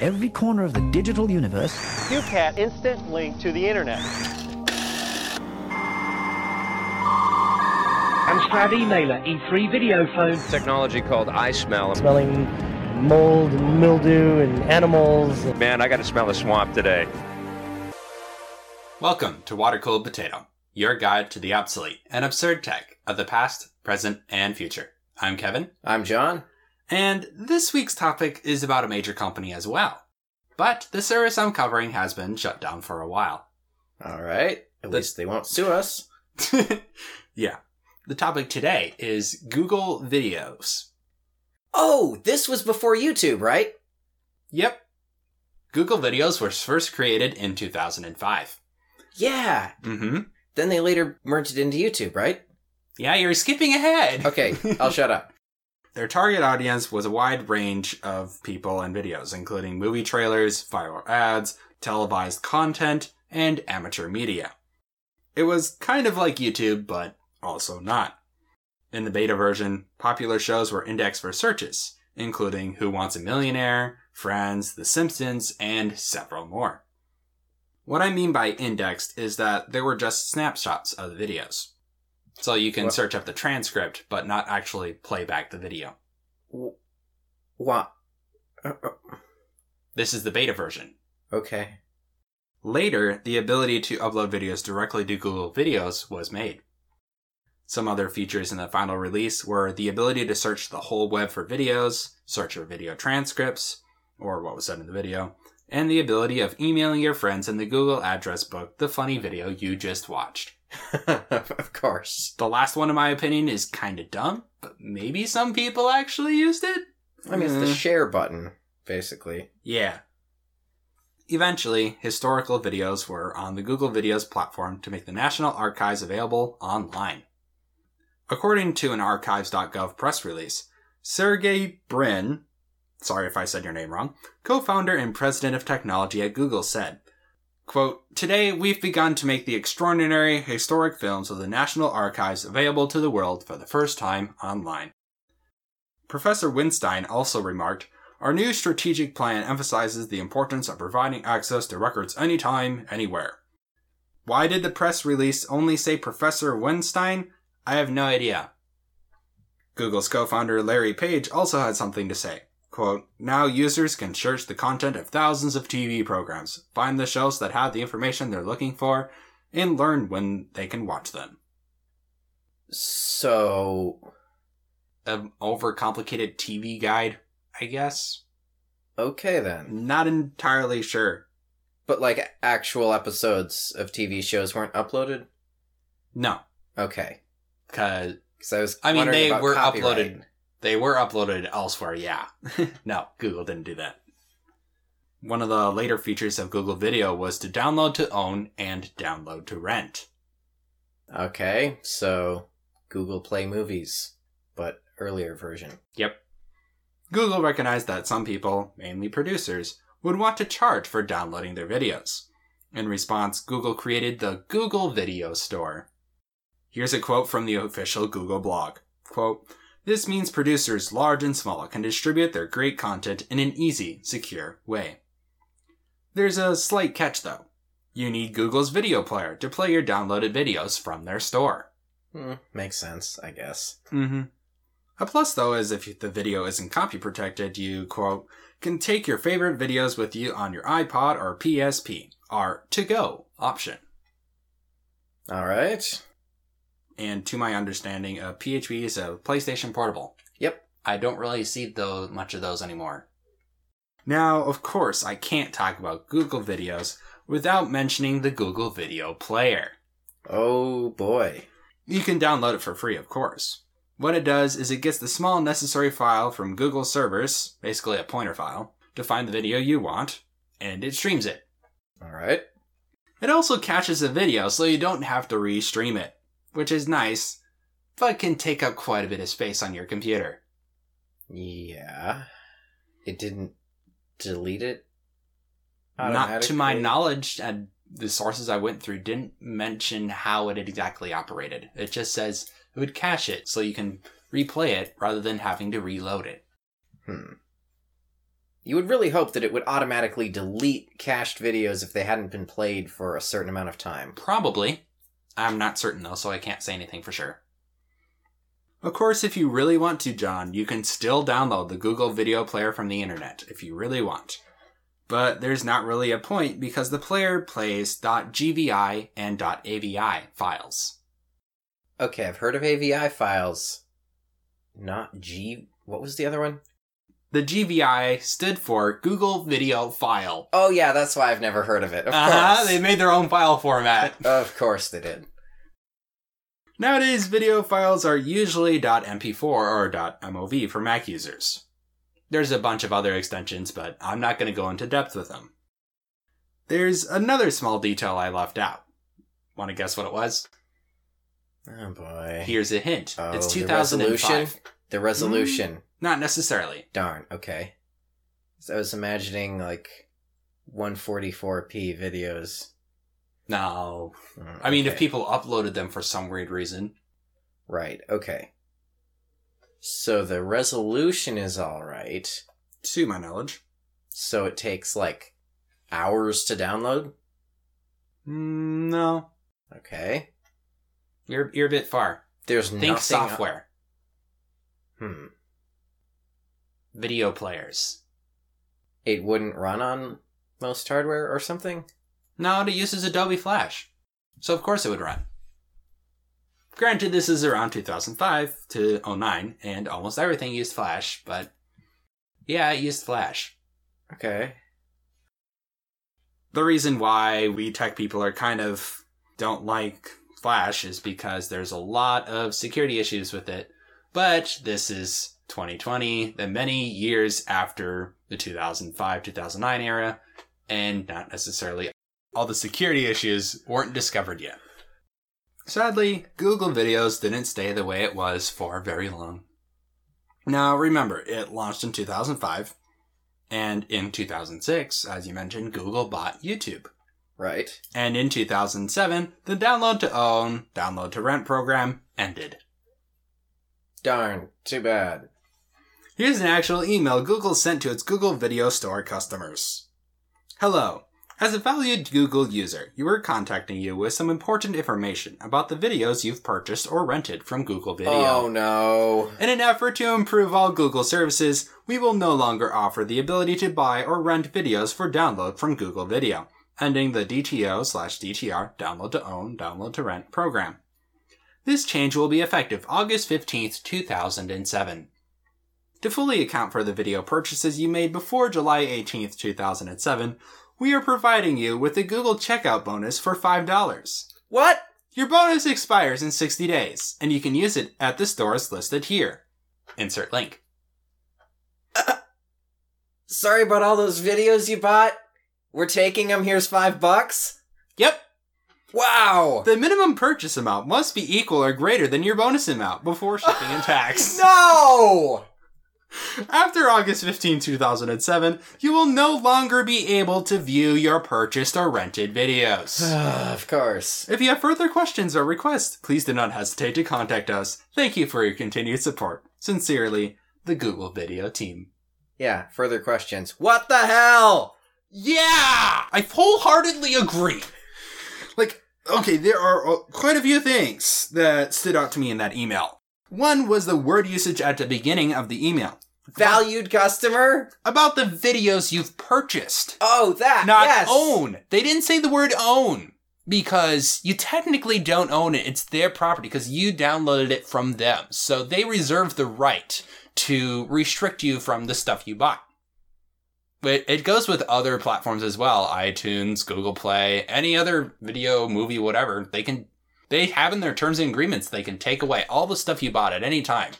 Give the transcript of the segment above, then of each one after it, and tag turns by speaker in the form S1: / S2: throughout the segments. S1: every corner of the digital universe
S2: QCAT instant link to the internet.
S3: Amstrad emailer, E3 video phone.
S4: technology called I smell.
S5: smelling mold and mildew and animals.
S4: Man, I got to smell the swamp today.
S6: Welcome to Water Cooled Potato, your guide to the obsolete and absurd tech of the past, present, and future. I'm Kevin,
S7: I'm John.
S6: and this week's topic is about a major company as well. But the service I'm covering has been shut down for a while.
S7: All right. At
S6: The-
S7: least they won't sue us.
S6: yeah. The topic today is Google Videos.
S7: Oh, this was before YouTube, right?
S6: Yep. Google Videos was first created in 2005.
S7: Yeah.
S6: Mm-hmm.
S7: Then they later merged it into YouTube, right?
S6: Yeah, you're skipping ahead.
S7: Okay, I'll shut up.
S6: Their target audience was a wide range of people and videos, including movie trailers, viral ads, televised content, and amateur media. It was kind of like YouTube, but also not. In the beta version, popular shows were indexed for searches, including Who Wants a Millionaire, Friends, The Simpsons, and several more. What I mean by indexed is that there were just snapshots of the videos. So you can
S7: What?
S6: search up the transcript, but not actually play back the video.
S7: W- What? Uh, uh,
S6: This is the beta version.
S7: Okay.
S6: Later, the ability to upload videos directly to Google Videos was made. Some other features in the final release were the ability to search the whole web for videos, search for video transcripts, or what was said in the video, and the ability of emailing your friends in the Google address book the funny video you just watched.
S7: of course.
S6: The last one, in my opinion, is kinda dumb, but maybe some people actually used it?
S7: I mean, it's the
S6: Mm.
S7: share button, basically.
S6: Yeah. Eventually, historical videos were on the Google Videos platform to make the National Archives available online. According to an archives.gov press release, Sergey Brin, sorry if I said your name wrong, co-founder and president of technology at Google said, quote, Today we've begun to make the extraordinary historic films of the National Archives available to the world for the first time online. Professor Winstein also remarked, our new strategic plan emphasizes the importance of providing access to records anytime, anywhere. Why did the press release only say Professor Weinstein? I have no idea. Google's co founder Larry Page also had something to say. Quote, now users can search the content of thousands of TV programs, find the shows that have the information they're looking for, and learn when they can watch them.
S7: So,
S6: An overcomplicated TV guide, I guess?
S7: okay then.
S6: Not entirely sure.
S7: But, like, actual episodes of TV shows weren't uploaded?
S6: No,
S7: Okay.
S6: because
S7: Because I was.
S6: I mean,
S7: wondering
S6: they
S7: about
S6: were
S7: copyright.
S6: uploaded. They were uploaded elsewhere, yeah. no, Google didn't do that. One of the later features of Google Video was to download to own and download to rent.
S7: Okay, so Google Play Movies, but earlier version.
S6: Yep. Google recognized that some people, mainly producers, would want to charge for downloading their videos. In response, Google created the Google Video Store. Here's a quote from the official Google blog. Quote, this means producers large and small can distribute their great content in an easy, secure way. There's a slight catch though. You need Google's video player to play your downloaded videos from their store.
S7: Hmm, makes sense, I guess.
S6: Mm-hmm. A plus, though, is if the video isn't copy protected, you, quote, can take your favorite videos with you on your iPod or PSP, our to go option.
S7: All right.
S6: And to my understanding, a PHP is a PlayStation Portable.
S7: Yep.
S6: I don't really see though much of those anymore. Now, of course, I can't talk about Google videos without mentioning the Google Video Player.
S7: Oh boy.
S6: You can download it for free, of course. What it does is it gets the small necessary file from Google servers, basically a pointer file, to find the video you want, and it streams it.
S7: All right.
S6: It also caches the video so you don't have to re-stream it, which is nice, but can take up quite a bit of space on your computer.
S7: Yeah. It didn't delete it.
S6: Not to my
S7: automatically?
S6: knowledge, and the sources I went through didn't mention how it exactly operated. It just says it would cache it so you can replay it rather than having to reload it.
S7: Hmm. You would really hope that it would automatically delete cached videos if they hadn't been played for a certain amount of time.
S6: Probably. I'm not certain though, so I can't say anything for sure. Of course, if you really want to, John, you can still download the Google Video Player from the internet if you really want. But there's not really a point because the player plays .gvi and .avi files.
S7: Okay, I've heard of AVI files. Not G. What was the other one?
S6: The GVI stood for Google Video File.
S7: Oh, yeah, that's why I've never heard of it. Of
S6: Uh-huh,
S7: course.
S6: they made their own file format.
S7: of course they did.
S6: Nowadays, video files are usually .mp4 or .mov for Mac users. There's a bunch of other extensions, but I'm not going to go into depth with them. There's another small detail I left out. Want to guess what it was?
S7: Oh, boy.
S6: Here's a hint.
S7: Oh,
S6: it's
S7: the
S6: 2005.
S7: resolution? The resolution.
S6: Not necessarily.
S7: Darn, okay. So I was imagining, like, 144p videos.
S6: No.
S7: Mm,
S6: I mean, if
S7: okay.
S6: people uploaded them for some weird reason.
S7: Right, okay. So the resolution is alright.
S6: To my knowledge.
S7: So it takes, like, hours to download?
S6: Mm, no.
S7: Okay.
S6: You're, you're a bit far.
S7: There's
S6: Think
S7: nothing.
S6: software.
S7: Hmm.
S6: Video players.
S7: It wouldn't run on most hardware or something?
S6: No, it uses Adobe Flash. So of course it would run. Granted, this is around 2005 to 09, and almost everything used Flash, but yeah, it used Flash.
S7: Okay.
S6: The reason why we tech people are kind of don't like Flash is because there's a lot of security issues with it. But this is 2020, the many years after the 2005 2009 era, and not necessarily all the security issues weren't discovered yet. Sadly, Google Videos didn't stay the way it was for very long. Now, remember, it launched in 2005. And in 2006, as you mentioned, Google bought YouTube.
S7: Right.
S6: And in 2007, the download to own, download to rent program ended.
S7: Darn, too bad.
S6: Here's an actual email Google sent to its Google Video Store customers. Hello. As a valued Google user, you are contacting you with some important information about the videos you've purchased or rented from Google Video.
S7: Oh no.
S6: In an effort to improve all Google services, we will no longer offer the ability to buy or rent videos for download from Google Video, ending the DTO slash DTR download to own, download to rent program. This change will be effective August 15th, 2007. To fully account for the video purchases you made before July 18th, 2007, we are providing you with a Google checkout bonus for $5.
S7: What?
S6: Your bonus expires in 60 days, and you can use it at the stores listed here. Insert link.
S7: Sorry about all those videos you bought. We're taking them. Here's five bucks.
S6: Yep,
S7: Wow.
S6: the minimum purchase amount must be equal or greater than your bonus amount before shipping and tax.
S7: No.
S6: After August 15, 2007, you will no longer be able to view your purchased or rented videos.
S7: Ah, of course.
S6: If you have further questions or requests, please do not hesitate to contact us. Thank you for your continued support. Sincerely, the Google Video Team.
S7: Yeah. Further questions. What the hell?
S6: Yeah, I wholeheartedly agree. Like, okay, there are uh, quite a few things that stood out to me in that email. One was the word usage at the beginning of the email
S7: Valued customer?
S6: about the videos you've purchased,
S7: Oh, that.
S6: not
S7: yes.
S6: own. They didn't say the word own because you technically don't own it. It's their property because you downloaded it from them. So they reserve the right to restrict you from the stuff you bought. But it goes with other platforms as well iTunes, Google Play, any other video, movie, whatever. They can, they have in their terms and agreements, they can take away all the stuff you bought at any time.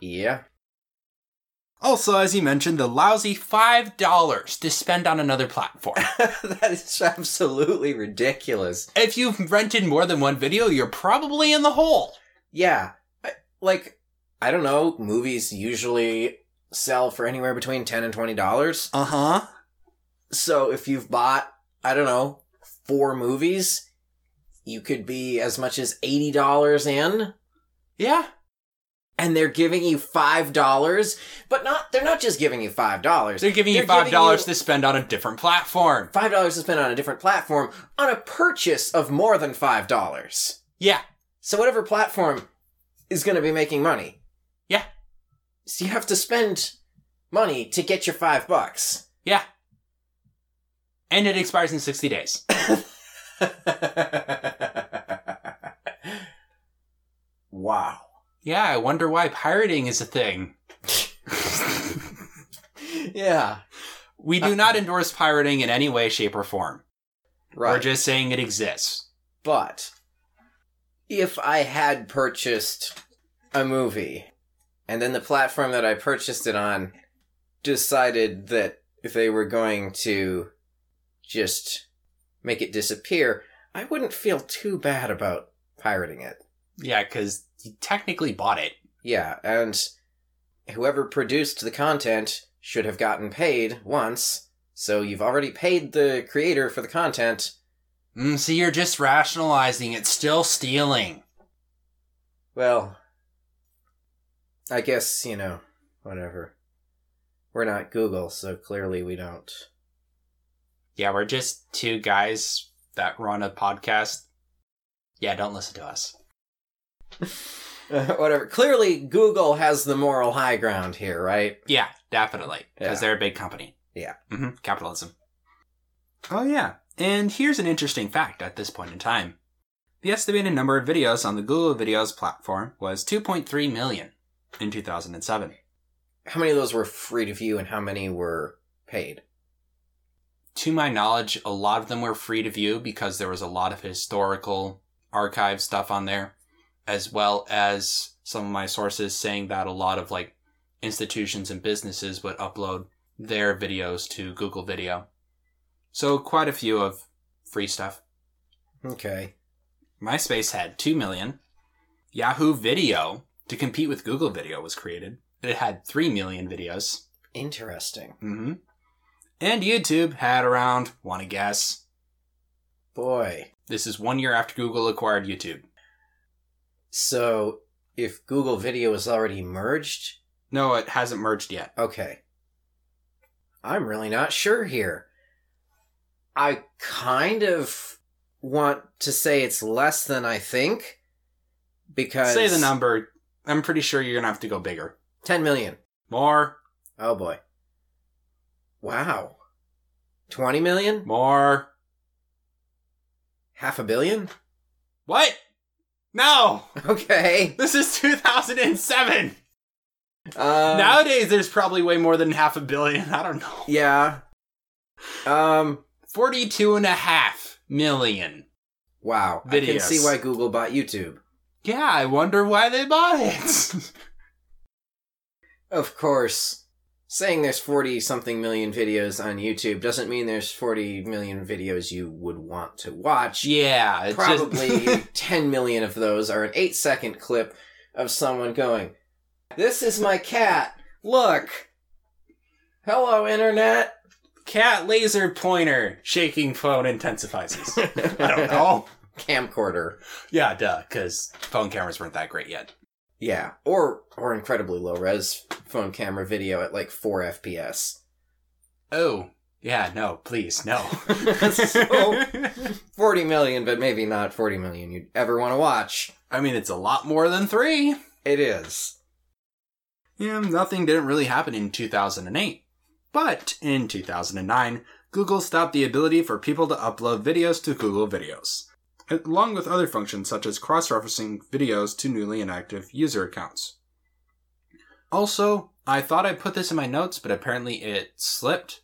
S7: Yeah.
S6: Also, as you mentioned, the lousy $5 to spend on another platform.
S7: that is absolutely ridiculous.
S6: if you've rented more than one video, you're probably in the hole.
S7: Yeah. I, like, I don't know. Movies usually sell for anywhere between ten and twenty dollars.
S6: Uh
S7: Uh-huh.
S6: huh.
S7: So if you've bought, I don't know, four movies, you could be as much as $80 in.
S6: Yeah.
S7: and they're giving you five dollars, but not they're not just giving you five dollars.
S6: They're giving you five dollars to spend on a different platform.
S7: five dollars to spend on a different platform on a purchase of more than five dollars.
S6: Yeah,
S7: So whatever platform is going to be making money,
S6: yeah,
S7: so you have to spend money to get your five bucks.
S6: yeah. And it expires in sixty days.
S7: wow.
S6: Yeah, I wonder why pirating is a thing.
S7: Yeah.
S6: We do not endorse pirating in any way, shape, or form.
S7: Right.
S6: We're just saying it exists.
S7: But if I had purchased a movie and then the platform that I purchased it on decided that if they were going to just make it disappear, I wouldn't feel too bad about pirating it.
S6: Yeah, because you technically bought it.
S7: Yeah, and whoever produced the content should have gotten paid once, so you've already paid the creator for the content.
S6: Mm, so you're just rationalizing it's still stealing.
S7: Well, I guess, you know, whatever. We're not Google, so clearly we don't.
S6: Yeah, we're just two guys that run a podcast. Yeah, don't listen to us.
S7: whatever. Clearly, Google has the moral high ground here, right?
S6: Yeah, definitely. Because
S7: Yeah.
S6: they're a big company.
S7: Yeah.
S6: hmm Capitalism. Oh, yeah. And here's an interesting fact at this point in time the estimated number of videos on the Google Videos platform was 2.3 million in 2007.
S7: How many of those were free to view and how many were paid?
S6: To my knowledge, a lot of them were free to view because there was a lot of historical archive stuff on there, as well as some of my sources saying that a lot of like institutions and businesses would upload their videos to Google Video. So quite a few of free stuff.
S7: Okay.
S6: MySpace had 2 million. Yahoo Video, to compete with Google Video, was created. It had 3 million videos.
S7: Interesting.
S6: hmm And YouTube had around, want to guess,
S7: Boy.
S6: This is one year after Google acquired YouTube.
S7: So, if Google Video is already merged,
S6: No, it hasn't merged yet.
S7: Okay. I'm really not sure here. I kind of want to say it's less than I think because
S6: Say the number. I'm pretty sure you're going to have to go bigger.
S7: 10 million.
S6: More,
S7: Oh boy. Wow. 20 million?
S6: more.
S7: Half a billion?
S6: What? No!
S7: Okay.
S6: This is 2007!
S7: Um,
S6: Nowadays, there's probably way more than half a billion. I don't know.
S7: yeah. Um
S6: 42 and a half million.
S7: wow. I can
S6: Videos.
S7: see why Google bought YouTube.
S6: Yeah, I wonder why they bought it.
S7: Of course, saying there's 40 something million videos on YouTube doesn't mean there's 40 million videos you would want to watch.
S6: yeah, it's just-
S7: Probably 10 million of those are an 8 second clip of someone going, This is my cat. Look. Hello, internet.
S6: cat laser pointer shaking phone intensifies. I don't know.
S7: Camcorder.
S6: Yeah, duh, because phone cameras weren't that great yet.
S7: Yeah. Or, or incredibly low res phone camera video at like 4 FPS.
S6: Oh, yeah, no, please, no.
S7: so, 40 million, but maybe not 40 million you'd ever want to watch.
S6: I mean, it's a lot more than three.
S7: It is.
S6: Yeah, nothing didn't really happen in 2008. But in 2009, Google stopped the ability for people to upload videos to Google Videos, along with other functions such as cross referencing videos to newly inactive user accounts. Also, I thought I put this in my notes, but apparently it slipped.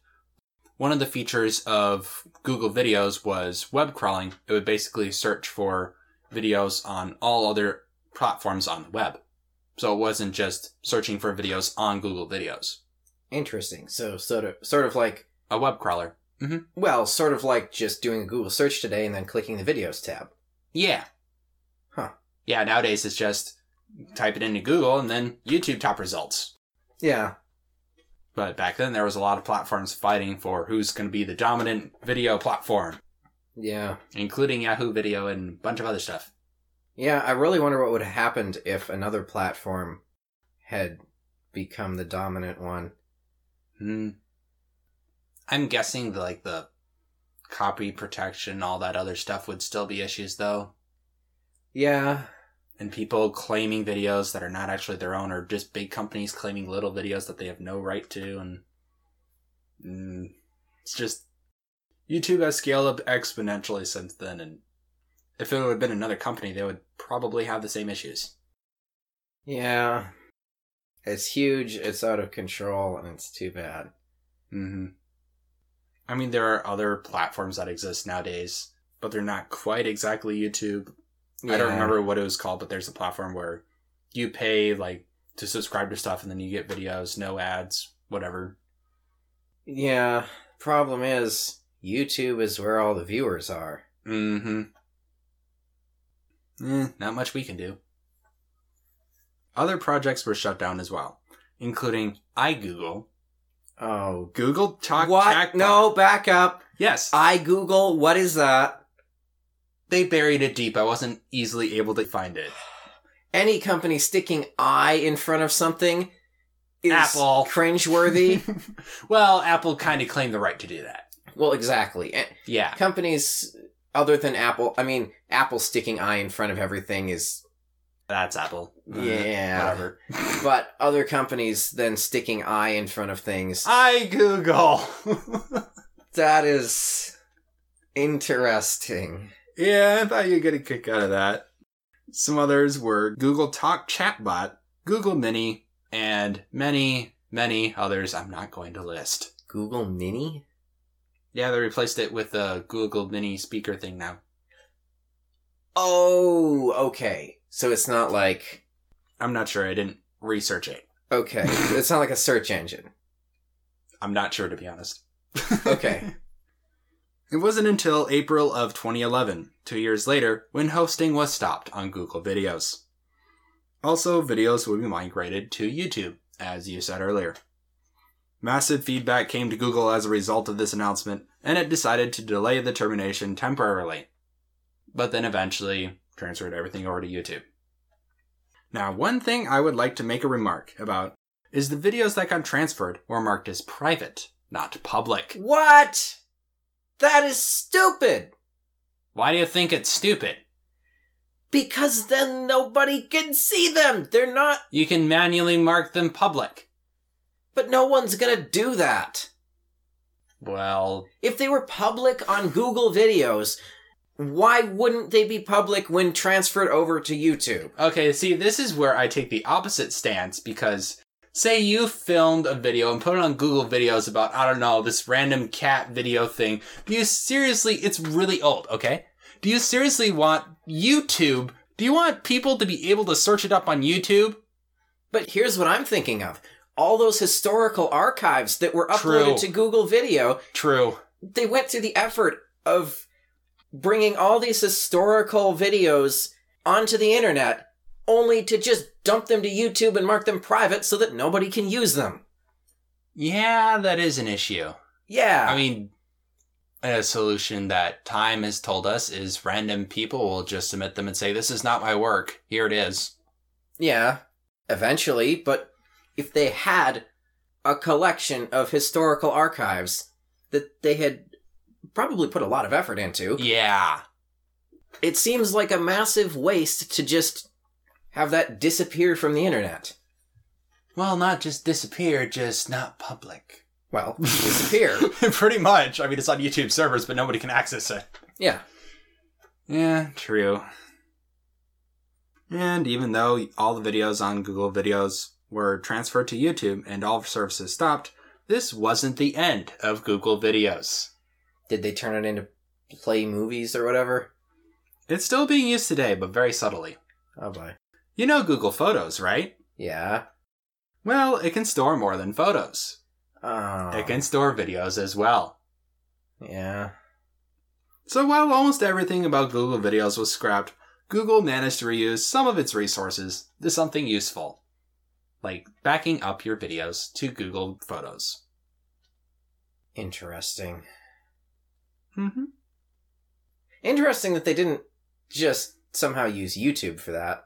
S6: One of the features of Google Videos was web crawling. It would basically search for videos on all other platforms on the web. So it wasn't just searching for videos on Google Videos.
S7: Interesting. So sort of sort of like
S6: A web crawler.
S7: well, sort of like just doing a Google search today and then clicking the videos tab.
S6: Yeah.
S7: Huh.
S6: Yeah, nowadays it's just type it into Google and then YouTube top results.
S7: Yeah.
S6: But back then there was a lot of platforms fighting for who's going to be the dominant video platform,
S7: Yeah.
S6: including Yahoo Video and a bunch of other stuff.
S7: Yeah, I really wonder what would have happened if another platform had become the dominant one.
S6: Hmm. I'm guessing the, like the copy protection, all that other stuff would still be issues though,
S7: Yeah,
S6: and people claiming videos that are not actually their own, or just big companies claiming little videos that they have no right to, and mm, it's just YouTube has scaled up exponentially since then, and if it would have been another company, they would probably have the same issues.
S7: yeah. It's huge, it's out of control, and it's too bad.
S6: hmm I mean, there are other platforms that exist nowadays, but they're not quite exactly YouTube. I don't
S7: Yeah.
S6: remember what it was called, but there's a platform where you pay like to subscribe to stuff and then you get videos, no ads, whatever.
S7: Yeah, problem is, YouTube is where all the viewers are.
S6: Mm-hmm. Eh, not much we can do. Other projects were shut down as well, including iGoogle,
S7: Oh,
S6: Google Talk
S7: what?
S6: Chatbot.
S7: No, back up.
S6: Yes. Uh,
S7: I Google, what is that?
S6: they buried it deep. I wasn't easily able to find it.
S7: Any company sticking I in front of something is
S6: Apple.
S7: cringeworthy.
S6: well, Apple kind of claimed the right to do that.
S7: well, exactly. Eh,
S6: Yeah.
S7: Companies other than Apple, I mean, Apple sticking I in front of everything is
S6: That's Apple. Uh,
S7: Yeah.
S6: Whatever.
S7: but other companies then sticking I in front of things.
S6: I Google.
S7: That is interesting.
S6: yeah, I thought you'd get a kick out of that. Some others were Google Talk Chatbot, Google Mini, and many, many others I'm not going to list.
S7: Google Mini?
S6: Yeah, they replaced it with a Google Mini speaker thing now.
S7: Oh, okay. So it's not like
S6: I'm not sure. I didn't research it.
S7: okay, it's not like a search engine.
S6: I'm not sure, to be honest.
S7: Okay.
S6: It wasn't until April of 2011, two years later, when hosting was stopped on Google Videos. Also, videos would be migrated to YouTube, as you said earlier. Massive feedback came to Google as a result of this announcement, and it decided to delay the termination temporarily, but then eventually transferred everything over to YouTube. Now, one thing I would like to make a remark about is the videos that got transferred were marked as private, not public.
S7: What? That is stupid.
S6: Why do you think it's stupid?
S7: Because then nobody can see them. They're not
S6: You can manually mark them public.
S7: but no one's going to do that.
S6: Well,
S7: If they were public on Google Videos, why wouldn't they be public when transferred over to YouTube?
S6: okay, see, this is where I take the opposite stance because say you filmed a video and put it on Google Videos about, I don't know, this random cat video thing. Do you seriously, it's really old, okay? Do you seriously want YouTube? Do you want people to be able to search it up on YouTube?
S7: But here's what I'm thinking of. All those historical archives that were uploaded
S6: True.
S7: to Google Video,
S6: True.
S7: they went through the effort of bringing all these historical videos onto the internet only to just dump them to YouTube and mark them private so that nobody can use them.
S6: Yeah, that is an issue.
S7: Yeah.
S6: I mean, a solution that time has told us is random people will just submit them and say, This is not my work. Here it is.
S7: yeah, eventually, but if they had a collection of historical archives that they had probably put a lot of effort into,
S6: Yeah.
S7: it seems like a massive waste to just have that disappear from the internet.
S6: Well, not just disappear, just not public.
S7: Well, disappear.
S6: Pretty much. I mean, it's on YouTube servers, but nobody can access it.
S7: Yeah.
S6: Yeah, true. And even though all the videos on Google Videos were transferred to YouTube and all services stopped, this wasn't the end of Google Videos.
S7: Did they turn it into play movies or whatever?
S6: It's still being used today, but very subtly.
S7: Oh boy.
S6: You know Google Photos, right?
S7: Yeah.
S6: Well, it can store more than photos.
S7: Oh.
S6: It can store videos as well.
S7: Yeah.
S6: So while almost everything about Google Videos was scrapped, Google managed to reuse some of its resources to something useful, like backing up your videos to Google Photos.
S7: Interesting.
S6: Mm-hmm.
S7: Interesting that they didn't just somehow use YouTube for that.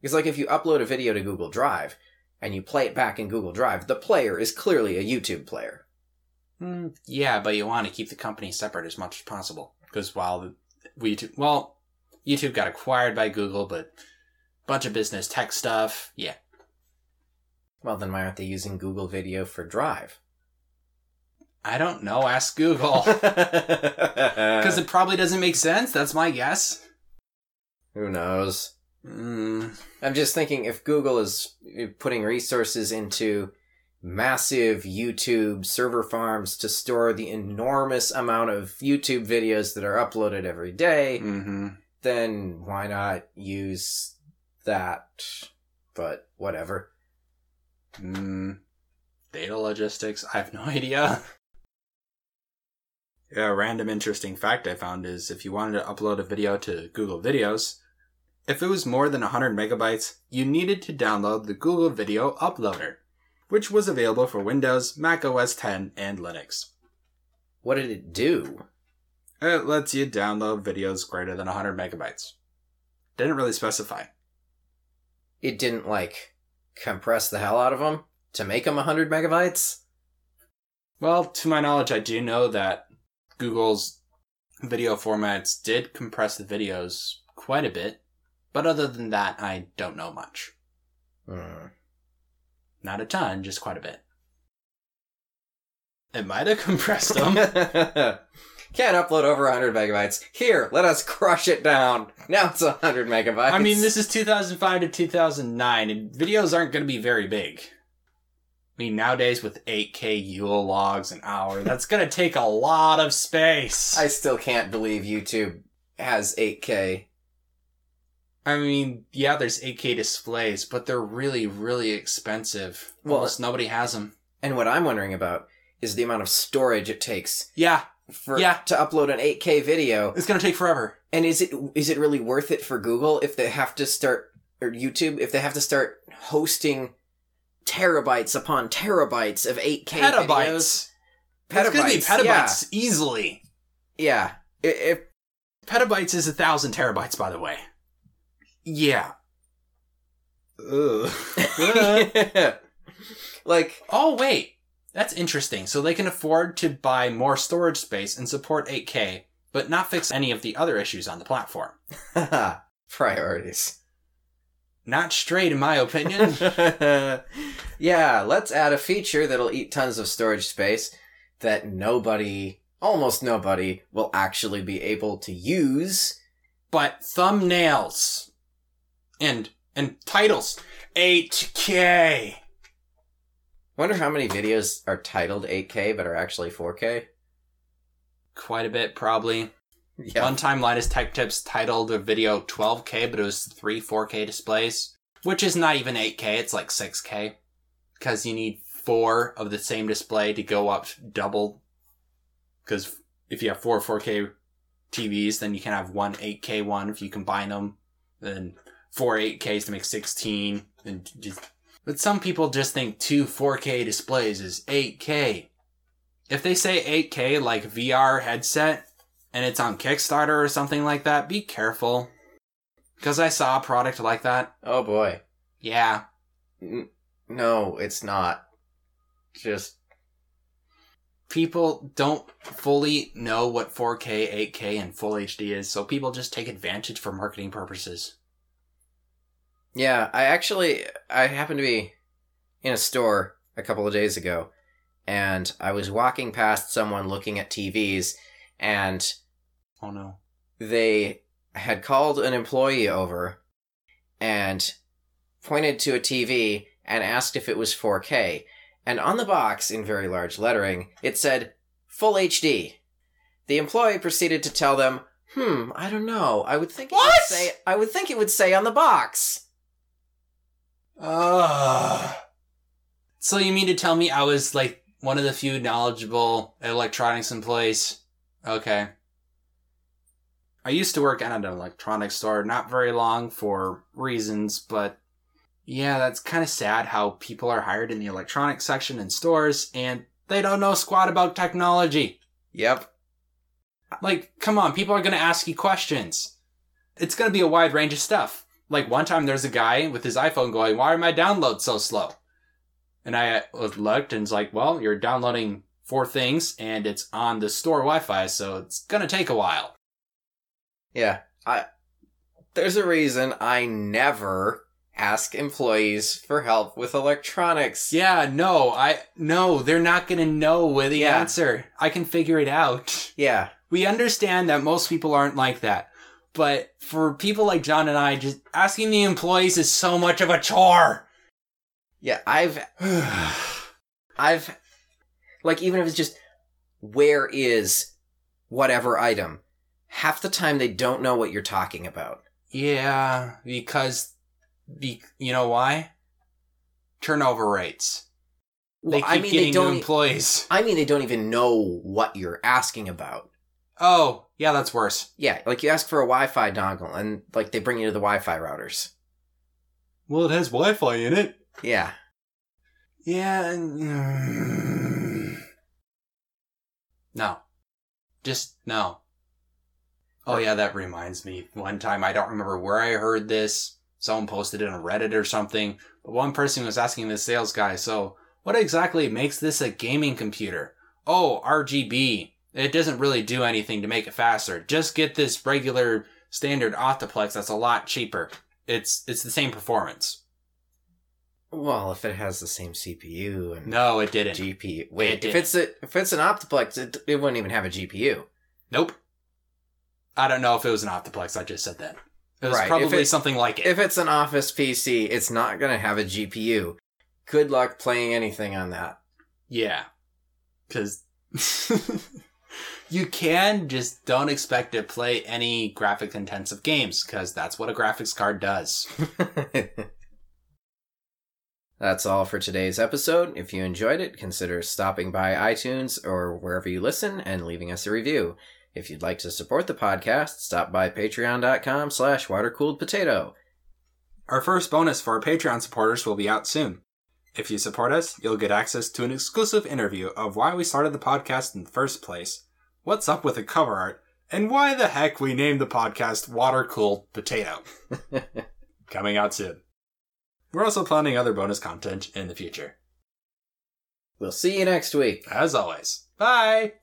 S7: Because, like, if you upload a video to Google Drive, and you play it back in Google Drive, the player is clearly a YouTube player.
S6: Hmm, yeah, but you want to keep the company separate as much as possible because while the, we t- well, YouTube got acquired by Google, but bunch of business tech stuff. Yeah,
S7: Well, then why aren't they using Google Video for Drive?
S6: I don't know. Ask Google because
S7: Because
S6: it probably doesn't make sense. That's my guess.
S7: who knows?
S6: Mm,
S7: I'm just thinking if Google is eh, putting resources into massive YouTube server farms to store the enormous amount of YouTube videos that are uploaded every day,
S6: mm-hmm.
S7: then why not use that? But whatever.
S6: Mm, data logistics? I have no idea. A random interesting fact I found is if you wanted to upload a video to Google Videos, if it was more than 100 megabytes, you needed to download the Google Video Uploader, which was available for Windows, Mac OS 10, and Linux.
S7: What did it do?
S6: It lets you download videos greater than 100 megabytes. Didn't really specify.
S7: It didn't like compress the hell out of them to make them 100 megabytes?
S6: Well, to my knowledge, I do know that Google's video formats did compress the videos quite a bit, but other than that, I don't know much.
S7: Hmm.
S6: Not a ton, just quite a bit. It might have compressed them.
S7: Can't upload over 100 megabytes. Here, let us crush it down. Now it's 100 megabytes.
S6: I mean, this is 2005 to 2009, and videos aren't going to be very big. I mean, nowadays with 8K UL logs an hour, that's going to take a lot of space.
S7: I still can't believe YouTube has 8K.
S6: I mean, yeah, there's 8K displays, but they're really, really expensive.
S7: Well,
S6: Almost nobody has them.
S7: And what I'm wondering about is the amount of storage it takes
S6: Yeah,
S7: for
S6: Yeah.
S7: to upload an 8K video.
S6: it's gonna take forever.
S7: And is it is it really worth it for Google if they have to start or YouTube if they have to start hosting terabytes upon terabytes of 8K videos?
S6: Petabytes. It's gonna be petabytes easily.
S7: Yeah. yeah. I- If
S6: Petabytes is a thousand terabytes, by the way. Yeah. Ugh.
S7: like
S6: oh wait, that's interesting. So they can afford to buy more storage space and support 8K, but not fix any of the other issues on the platform.
S7: priorities
S6: Not straight, in my opinion.
S7: yeah let's add a feature that'll eat tons of storage space that nobody almost nobody will actually be able to use
S6: but thumbnails and and titles 8k
S7: wonder how many videos are titled 8k but are actually 4k
S6: quite a bit probably
S7: yeah
S6: one time linus tech tips titled a video 12k but it was three 4k displays which is not even 8k it's like 6k because you need four of the same display to go up double because if you have four 4k tvs then you can have one 8k one if you combine them then four 8ks to make 16 and just but some people just think two 4k displays is 8k if they say 8k like vr headset and it's on kickstarter or something like that be careful because i saw a product like that
S7: oh boy
S6: yeah
S7: no it's not just
S6: people don't fully know what 4K, 8K, and full HD is, so people just take advantage for marketing purposes.
S7: Yeah, I actually I happened to be in a store a couple of days ago and I was walking past someone looking at TVs and
S6: Oh no.
S7: they had called an employee over and pointed to a TV and asked if it was 4K. And on the box, in very large lettering, it said Full HD. The employee proceeded to tell them, "Hmm, I don't know. I would think it
S6: What?
S7: would say I would think it would say on the box."
S6: Ugh. So you mean to tell me I was like one of the few knowledgeable electronics employees? Okay. I used to work at an electronics store not very long for reasons, but yeah, that's kind of sad how people are hired in the electronics section in stores and they don't know squat about technology.
S7: Yep.
S6: Like, come on, people are going to ask you questions. It's going to be a wide range of stuff. Like, one time there's a guy with his iPhone going, Why are my downloads so slow? And I uh, was looked and it's like, well, you're downloading four things and it's on the store Wi Fi, so it's gonna take a while.
S7: Yeah, I. There's a reason I never ask employees for help with electronics.
S6: Yeah, no, I no, they're not gonna know with the
S7: Yeah.
S6: answer. I can figure it out.
S7: Yeah.
S6: We understand that most people aren't like that. But for people like John and I, just asking the employees is so much of a chore.
S7: Yeah, I've I've like even if it's just where is whatever item, half the time they don't know what you're talking about.
S6: Yeah, because be, you know why? Turnover rates. They
S7: Well,
S6: keep
S7: I mean
S6: getting
S7: they
S6: new
S7: don't e-
S6: employees.
S7: I mean they don't even know what you're asking about.
S6: Oh, yeah, that's worse.
S7: Yeah, like you ask for a Wi-Fi dongle and like they bring you to the Wi-Fi routers.
S6: Well, it has Wi-Fi in it.
S7: Yeah.
S6: Yeah. and- No. Just no. Oh yeah, that reminds me. One time I don't remember where I heard this. Someone posted it on Reddit or something. But one person was asking the sales guy, so what exactly makes this a gaming computer? Oh, RGB. It doesn't really do anything to make it faster. Just get this regular standard octoplex that's a lot cheaper. It's it's the same performance.
S7: Well, if it has the same CPU and
S6: No, it didn't.
S7: GPU. Wait,
S6: It
S7: if
S6: did.
S7: it's a if it's an optiplex, it, it wouldn't even have a GPU.
S6: Nope. I don't know if it was an Optiplex. I just said that. It was
S7: Right, if
S6: probably
S7: it-
S6: something like it.
S7: If it's an office PC, it's not going to have a GPU. Good luck playing anything on that.
S6: yeah. Because you can, just don't expect to play any graphic intensive games, because that's what a graphics card does.
S7: That's all for today's episode. If you enjoyed it, consider stopping by iTunes or wherever you listen and leaving us a review. If you'd like to support the podcast, stop by patreon.com slash watercooledpotato.
S6: Our first bonus for our Patreon supporters will be out soon. If you support us, you'll get access to an exclusive interview of why we started the podcast in the first place, what's up with the cover art, and why the heck we named the podcast Water Cooled Potato. Coming out soon. We're also planning other bonus content in the future.
S7: We'll see you next week.
S6: As always, bye!